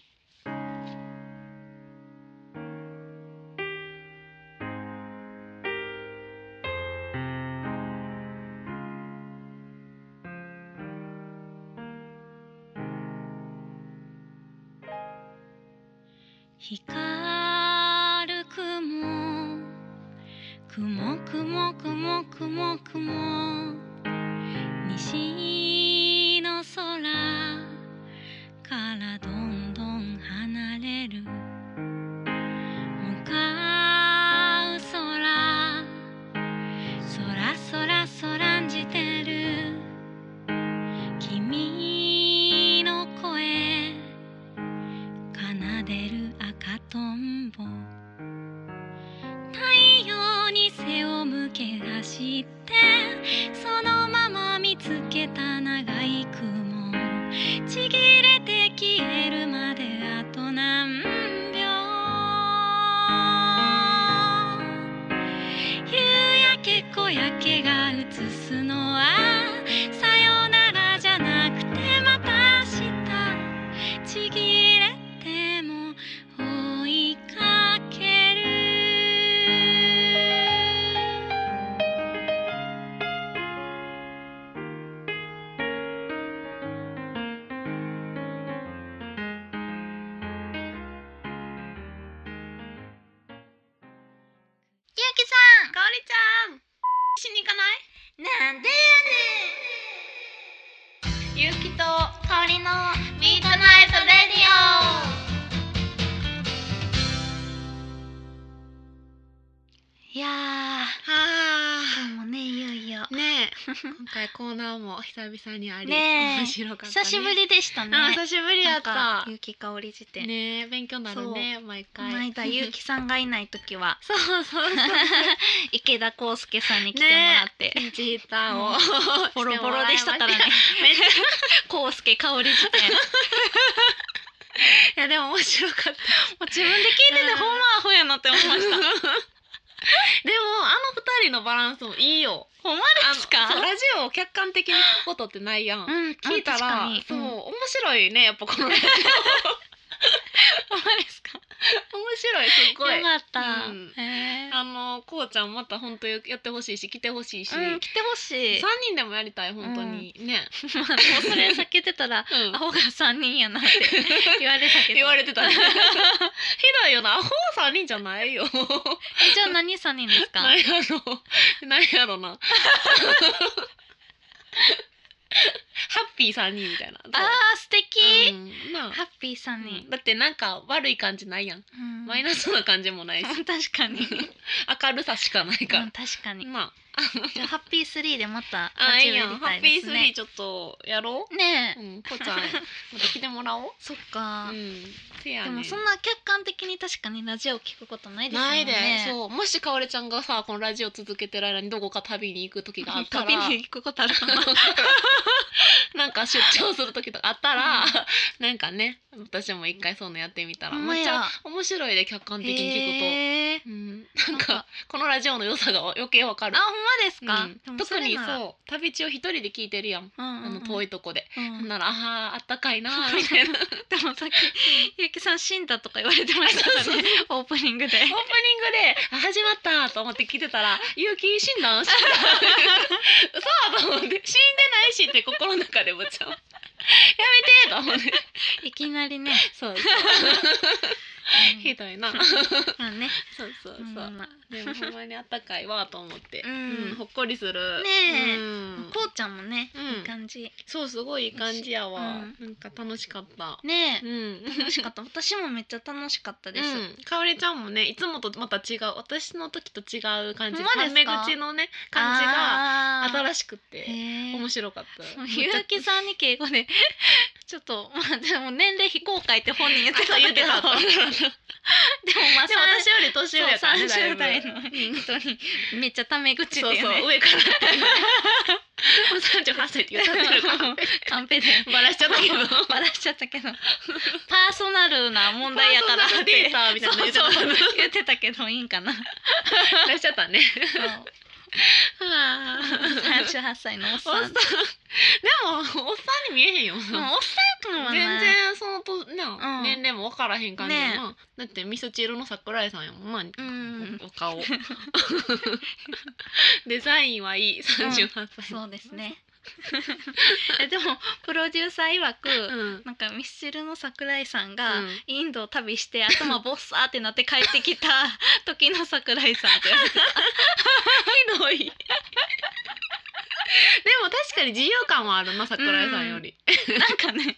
Speaker 3: 光る雲雲雲雲雲雲西の空からどんどん離れる向かう空空空空んじてる君の声奏でる赤とんぼ太陽に背を向け走ってそのまま見つけた長い雲ちぎれて消えるまであと何秒夕焼け小焼けが映すのはさよならじゃなくてまた明日ちぎれても追いかける
Speaker 1: ゆうきさんかおりちゃんしに行かないなんでやねんゆうきとかおりのミートナイトレディオいや
Speaker 2: は
Speaker 1: ー今日もねいよいよ
Speaker 2: あ。ねえ、今回コーナーも久々にあり、
Speaker 1: ねえ
Speaker 2: 面白かった、
Speaker 1: 久
Speaker 2: ね。
Speaker 1: しぶ。りでしたね
Speaker 2: あー、久しぶりやっ
Speaker 1: なんか
Speaker 2: た。
Speaker 1: ゆうきかおり辞典、
Speaker 2: ねえ、勉強になるね、毎
Speaker 1: こ
Speaker 2: 回。
Speaker 1: の間ゆ う。きさんがいない時は
Speaker 2: そうそうそう。
Speaker 1: 池田康介さんに来てもらって、
Speaker 2: ジータ ーを。
Speaker 1: ボロボロでしたからね
Speaker 2: めっちゃ。
Speaker 1: 康介かおり辞典
Speaker 2: いや、でも面白かっ た。
Speaker 1: もう自分で聞いててほんまアホやなって思いま した。
Speaker 2: でもあの二人のバランスもいいよ。
Speaker 1: ほんまです
Speaker 2: あのそう
Speaker 1: か？
Speaker 2: ラジオを客観的に聞くことってないやん。
Speaker 1: うん、
Speaker 2: 聞 いたら、そう、面白いねやっぱこのラジオ。
Speaker 1: ほんまですか？
Speaker 2: 白いすっごい
Speaker 1: よかった、
Speaker 2: うん
Speaker 1: へー
Speaker 2: あのこうちゃんまた本当やってほしいし来てほしいし、三
Speaker 1: うん来てほしい
Speaker 2: 3人でもやりたい本当に、ね、
Speaker 1: まあでもそれ避けてたら
Speaker 2: うん
Speaker 1: アホが三人やなって言われたけど
Speaker 2: 言われて たねひどいよなアホ3人じゃないよ
Speaker 1: えじゃあ何三人ですか
Speaker 2: なんやろなん やろなハッピー3人みたいな
Speaker 1: あー素敵、
Speaker 2: うんなあ
Speaker 1: ハッピー三人、
Speaker 2: だってなんか悪い感じないやん、
Speaker 1: うん
Speaker 2: マイナスな感じもない
Speaker 1: 確
Speaker 2: し
Speaker 1: かに、
Speaker 2: 明るさしかないか
Speaker 1: う
Speaker 2: ら
Speaker 1: ん、、確かに
Speaker 2: な
Speaker 1: じゃあハッピースリーでまた
Speaker 2: ああいいや
Speaker 1: 立ち寄
Speaker 2: ん
Speaker 1: りた
Speaker 2: ハッ
Speaker 1: い
Speaker 2: ピー
Speaker 1: です
Speaker 2: ス
Speaker 1: ね
Speaker 2: リーちょっとやろ
Speaker 1: ね
Speaker 2: う、
Speaker 1: え、
Speaker 2: うん、こうち ゃんまた来てもらおう
Speaker 1: そっか
Speaker 2: う、んせや
Speaker 1: で
Speaker 2: ね
Speaker 1: もそんな客観的に確かにラジオ聞くことないですもん
Speaker 2: ない
Speaker 1: ね
Speaker 2: で、そうもしかおれちゃんがさこのラジオ続けてる間にどこか旅に行く時があったら
Speaker 1: 旅に行くことあるかな
Speaker 2: なんか出張する時とかあったら、
Speaker 1: う
Speaker 2: なんかね私も一回そういうのやってみたら
Speaker 1: ほんま
Speaker 2: めっち
Speaker 1: や
Speaker 2: ゃ面白いで客観的に聞くと、
Speaker 1: へ え
Speaker 2: うん、なん
Speaker 1: なん
Speaker 2: か
Speaker 1: か
Speaker 2: このラジオの良さが余計わかる
Speaker 1: あほんまですか、
Speaker 2: う
Speaker 1: で
Speaker 2: ん、
Speaker 1: も
Speaker 2: 特
Speaker 1: れ
Speaker 2: に
Speaker 1: なら
Speaker 2: そう旅中一人で聞いてるやん、
Speaker 1: うんうんうん、
Speaker 2: あの遠いとこで、
Speaker 1: うん、
Speaker 2: ならあーあったかいな ーみたいなオープニング
Speaker 1: でもさっきゆうきさん死んだとか言われてましたからねオープニングで
Speaker 2: であ始まったーと思って聞いてたら「ゆうき死んだ ん死んだん嘘と思って「死んでないし」って心の中でぶっちゃんやめてーと思って
Speaker 1: いきなりね、
Speaker 2: そう
Speaker 1: うん
Speaker 2: ひどいな
Speaker 1: まあね
Speaker 2: そうそうそう、
Speaker 1: まあまあま
Speaker 2: でもほんまにあったかいわーと思って、
Speaker 1: うん
Speaker 2: ほっこりする
Speaker 1: ねえ
Speaker 2: うん
Speaker 1: あこうちゃんもね、
Speaker 2: うん
Speaker 1: いい感じ
Speaker 2: そうすごいいい感じやわ、
Speaker 1: うん
Speaker 2: なんか楽しかった
Speaker 1: ねえ
Speaker 2: ん
Speaker 1: 楽しかった私もめっちゃ楽しかったです、
Speaker 2: うん、かおりちゃんもねいつもとまた違う私の時と違う感
Speaker 1: ほ
Speaker 2: じ
Speaker 1: んまで
Speaker 2: タ
Speaker 1: す
Speaker 2: メ
Speaker 1: か
Speaker 2: 口のね感じが
Speaker 1: が
Speaker 2: 新しくて
Speaker 1: 面
Speaker 2: 面白かった
Speaker 1: ゆうきさんに敬語で ちょっとまあでも年齢非公開って本人言ってた
Speaker 2: そう言ってた
Speaker 1: けど でも まあ
Speaker 2: でも私より年上やからね
Speaker 1: そう30代
Speaker 2: だい
Speaker 1: の
Speaker 2: ぶ
Speaker 1: 人にめっちゃタメ口って
Speaker 2: そう
Speaker 1: い
Speaker 2: そう
Speaker 1: ね
Speaker 2: う 上からもう三十八歳って言ったってるから
Speaker 1: カンペで
Speaker 2: バラしちゃったけど
Speaker 1: バラしちゃったけどパーソナルな問題やからっ
Speaker 2: パーソナルデー
Speaker 1: て
Speaker 2: タみたいなの言って
Speaker 1: そ
Speaker 2: た
Speaker 1: うそう
Speaker 2: バ
Speaker 1: 言ってたけどいいんかな
Speaker 2: ラしちゃっ たねは あ
Speaker 1: 38歳のおっ
Speaker 2: おっ
Speaker 1: さ
Speaker 2: さ
Speaker 1: ん
Speaker 2: んでもおっさんに見えへんよ
Speaker 1: うんおっさんやとも
Speaker 2: 全
Speaker 1: ない
Speaker 2: 然そのとな、
Speaker 1: うん
Speaker 2: 年齢も分からへん感じやな、
Speaker 1: ね
Speaker 2: だってみそち色の桜井さんやもんな、
Speaker 1: うん
Speaker 2: おお 顔デザインはいい38歳、
Speaker 1: そうですね えでもプロデューサー曰く、
Speaker 2: うん
Speaker 1: なんかミスチルの桜井さん
Speaker 2: う
Speaker 1: が、
Speaker 2: ん
Speaker 1: インドを旅して頭ボッサーってなって帰ってきた 時の桜井さんって言われて
Speaker 2: ひどい でも確かに自由感はあるな桜井さんより、
Speaker 1: なんか ね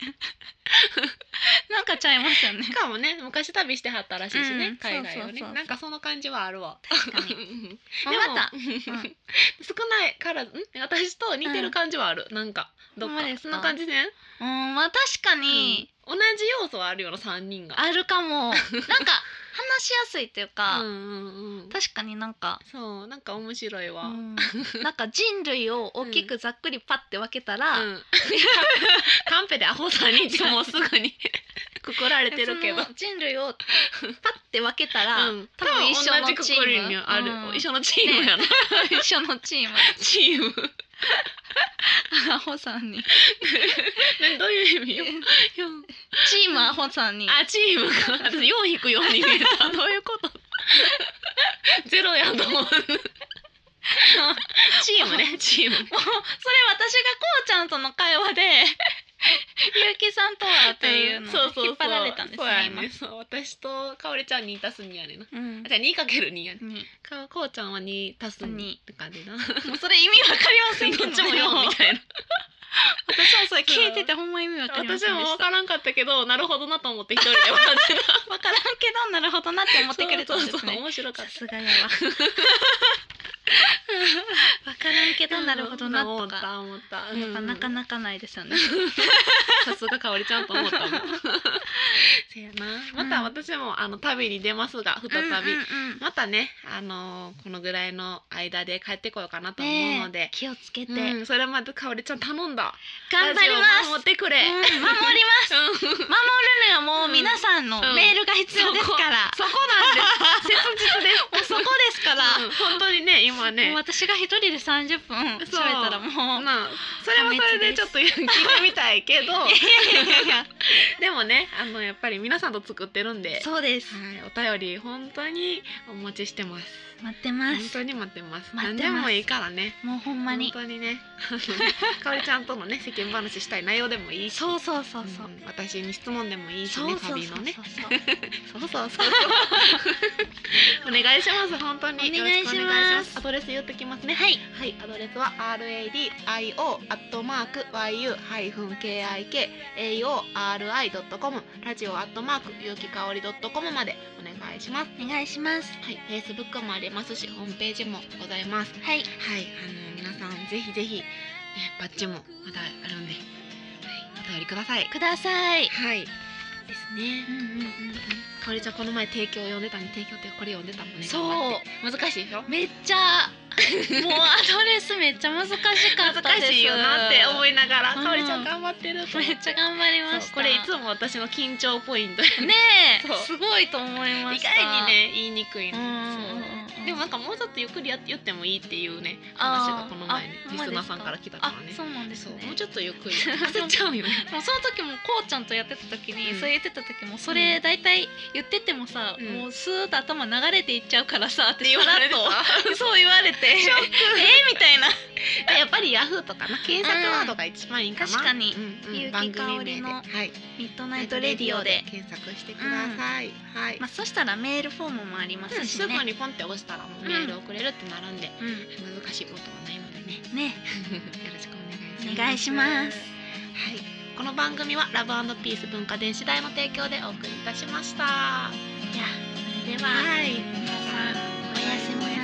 Speaker 1: なんかちゃいますよね
Speaker 2: しかもね昔旅してはったらしいしね、
Speaker 1: うん
Speaker 2: 海外を
Speaker 1: そうそう
Speaker 2: ね
Speaker 1: そうそう
Speaker 2: なんかその感じはあるわ
Speaker 1: 確かに
Speaker 2: うん
Speaker 1: まあまた
Speaker 2: でも、
Speaker 1: うん
Speaker 2: 少ないからん私と似てる感じはある、なんかどっ
Speaker 1: ほんまで
Speaker 2: か
Speaker 1: す
Speaker 2: そ
Speaker 1: か
Speaker 2: んな感じね、
Speaker 1: うんまあ確かに、
Speaker 2: 同じ要素はあるよな3人が
Speaker 1: あるかもなんか話しやすいっていうか、
Speaker 2: うんうんうん
Speaker 1: 確かになんか、
Speaker 2: そうなんか面白いわ、
Speaker 1: う
Speaker 2: うん
Speaker 1: ん、なんか人類を大きくざっくりパッて分けたら、
Speaker 2: カンペでアホ3人ってもうすぐ にくくられてるけど
Speaker 1: その人類をパッて分けたら、
Speaker 2: うん、
Speaker 1: 多分一緒の
Speaker 2: 同じく
Speaker 1: チー
Speaker 2: く
Speaker 1: ム
Speaker 2: りにはある、
Speaker 1: うん
Speaker 2: 一緒のチームやな、
Speaker 1: 一緒のチ ーム
Speaker 2: チーム
Speaker 1: アホさんに
Speaker 2: ねどういう意味よよん
Speaker 1: チームアホさんに
Speaker 2: あチームが私4引く4に見えた どういうことゼロやと思うチームねチー ム
Speaker 1: もうそれ私がこうちゃんとの会話で 結城さんとはっていうのに
Speaker 2: そうそうそう
Speaker 1: 引っ張られたんです
Speaker 2: そうや
Speaker 1: ね
Speaker 2: ねそう私とかおりちゃん2足す2やねんな
Speaker 1: 今うん
Speaker 2: あじゃあ 2×2 やね
Speaker 1: に
Speaker 2: かこうちゃんは2足す2
Speaker 1: 二
Speaker 2: って感 じな
Speaker 1: もうそれ意味わかりませんけ
Speaker 2: ど
Speaker 1: ど
Speaker 2: っちも4みた いな
Speaker 1: 私もそれ聞いててほんま意味わかりま
Speaker 2: 私
Speaker 1: せんで
Speaker 2: も
Speaker 1: し
Speaker 2: 分
Speaker 1: た
Speaker 2: からんかったけ どなるほどなと思って一人で笑ってた
Speaker 1: わからんけどなるほどなって思ってくれたんで
Speaker 2: そう
Speaker 1: す
Speaker 2: そうそう
Speaker 1: ね
Speaker 2: 面白かっ
Speaker 1: さ
Speaker 2: た
Speaker 1: すがやわ わからんけどなるほどな
Speaker 2: 思っ
Speaker 1: とか
Speaker 2: た思った、
Speaker 1: やっぱなかなかないですよね
Speaker 2: さすがかおりちゃんと思ったもん せやなまた私も、あの旅に出ますが再
Speaker 1: う
Speaker 2: び、
Speaker 1: んうんうん
Speaker 2: またねあのーこのぐらいの間で帰ってこようかなと思う
Speaker 1: ね
Speaker 2: の
Speaker 1: え
Speaker 2: で、
Speaker 1: 気をつけて
Speaker 2: うん、それまでかおりちゃん頼んだ
Speaker 1: 頑張りま
Speaker 2: ラジ
Speaker 1: す
Speaker 2: オ守ってくれ、
Speaker 1: うん守ります
Speaker 2: うん
Speaker 1: 守るのはもう皆さんの
Speaker 2: うん
Speaker 1: メールが必要ですから、
Speaker 2: そこなんです切実です
Speaker 1: もうそこですから、
Speaker 2: うん本当にね今ね
Speaker 1: もう私が一人で30分喋ったらもう
Speaker 2: まあそれはそれでちょっと聞いてみたいけど
Speaker 1: いやいやいや
Speaker 2: でもねあのやっぱり皆さんと作ってるんで
Speaker 1: そうです
Speaker 2: はい、お便り本当にお待ちしてます。
Speaker 1: 待ってま
Speaker 2: 本
Speaker 1: す
Speaker 2: 当に待ってます。
Speaker 1: 待って
Speaker 2: 何
Speaker 1: ます
Speaker 2: でもいいからね。
Speaker 1: もうほんまに
Speaker 2: 本当にね、 あのねかおりちゃんとのね世間話したい内容でもいいし、
Speaker 1: そうそうそうそう、
Speaker 2: うん私に質問でもいいし
Speaker 1: そうそ
Speaker 2: ね、
Speaker 1: うそう
Speaker 2: 旅
Speaker 1: そう
Speaker 2: のね、
Speaker 1: そう
Speaker 2: そうそうそうそう。 お願いします本当に。
Speaker 1: お願いします
Speaker 2: よろくアドレス言ってきますね。
Speaker 1: はい
Speaker 2: はい、アドレスは r a d i o アットマーク y u ハイフン k i k a o r i ドットコムラジオアットマークゆうきかおりドットコムまでお願いします。
Speaker 1: お願いします
Speaker 2: はい、フェイスブックもありますし、ホームページもございます。
Speaker 1: はい
Speaker 2: はい、あの皆さんぜひぜひ、ね、バッジもまだあるんで、はい、お便りください。
Speaker 1: ください
Speaker 2: はい。ですね
Speaker 1: う。んうん
Speaker 2: かおりちゃんこの前提供読んでたね、提供ってこれ読んでたもんね。
Speaker 1: そう
Speaker 2: 頑張って難しいでしょ
Speaker 1: う。んめっちゃもうアドレスめっちゃ難しかったです
Speaker 2: 難しいよなって思いながら、
Speaker 1: うん
Speaker 2: かおりちゃん頑張ってると思
Speaker 1: め
Speaker 2: て
Speaker 1: っちゃ頑張りまし
Speaker 2: そう
Speaker 1: た
Speaker 2: これいつも私の緊張ポイン ト。
Speaker 1: ねえ
Speaker 2: そう
Speaker 1: すごいと思いま
Speaker 2: 意
Speaker 1: した
Speaker 2: 外にね言いにくいの
Speaker 1: うんうんうん
Speaker 2: そうでもなんかもうちょっとゆっくりやって言ってもいいっていうね話がこの前ねリスナーさんから来たからね
Speaker 1: あそうなんです
Speaker 2: そう
Speaker 1: ね
Speaker 2: もうちょっとゆっくり焦っちゃうよ ね
Speaker 1: もうその時もこうちゃんとやってた時に、
Speaker 2: うん
Speaker 1: そう言ってた時もそれ大体言っててもさ、
Speaker 2: うん
Speaker 1: もうスーッと頭流れていっちゃうからさって言わ
Speaker 2: れ
Speaker 1: れ
Speaker 2: た
Speaker 1: と そう言われて
Speaker 2: ショック
Speaker 1: えみたいな
Speaker 2: やっぱりヤフーとかな検索ワードが一番いいかな
Speaker 1: 確かに
Speaker 2: うんうん
Speaker 1: 結
Speaker 2: 番
Speaker 1: 城
Speaker 2: 組
Speaker 1: かお
Speaker 2: 名で
Speaker 1: りの
Speaker 2: はい
Speaker 1: ミッドナイトレディオで、
Speaker 2: 検索してくださいはい
Speaker 1: まあ、そしたらメールフォームもありま
Speaker 2: うん
Speaker 1: すし
Speaker 2: す
Speaker 1: ね
Speaker 2: ぐ、にポンって押したらもうメール送れるってなるんで
Speaker 1: う
Speaker 2: 難しいことはないので ね
Speaker 1: ん、ね
Speaker 2: よろしく
Speaker 1: お願
Speaker 2: お願
Speaker 1: い
Speaker 2: い
Speaker 1: し
Speaker 2: し
Speaker 1: ま
Speaker 2: ますす。はい、この番組はラブピース文化電子代の提供でお送りいたしました。
Speaker 1: いやそれでは、
Speaker 2: はい、
Speaker 1: 皆さんおやすみなさい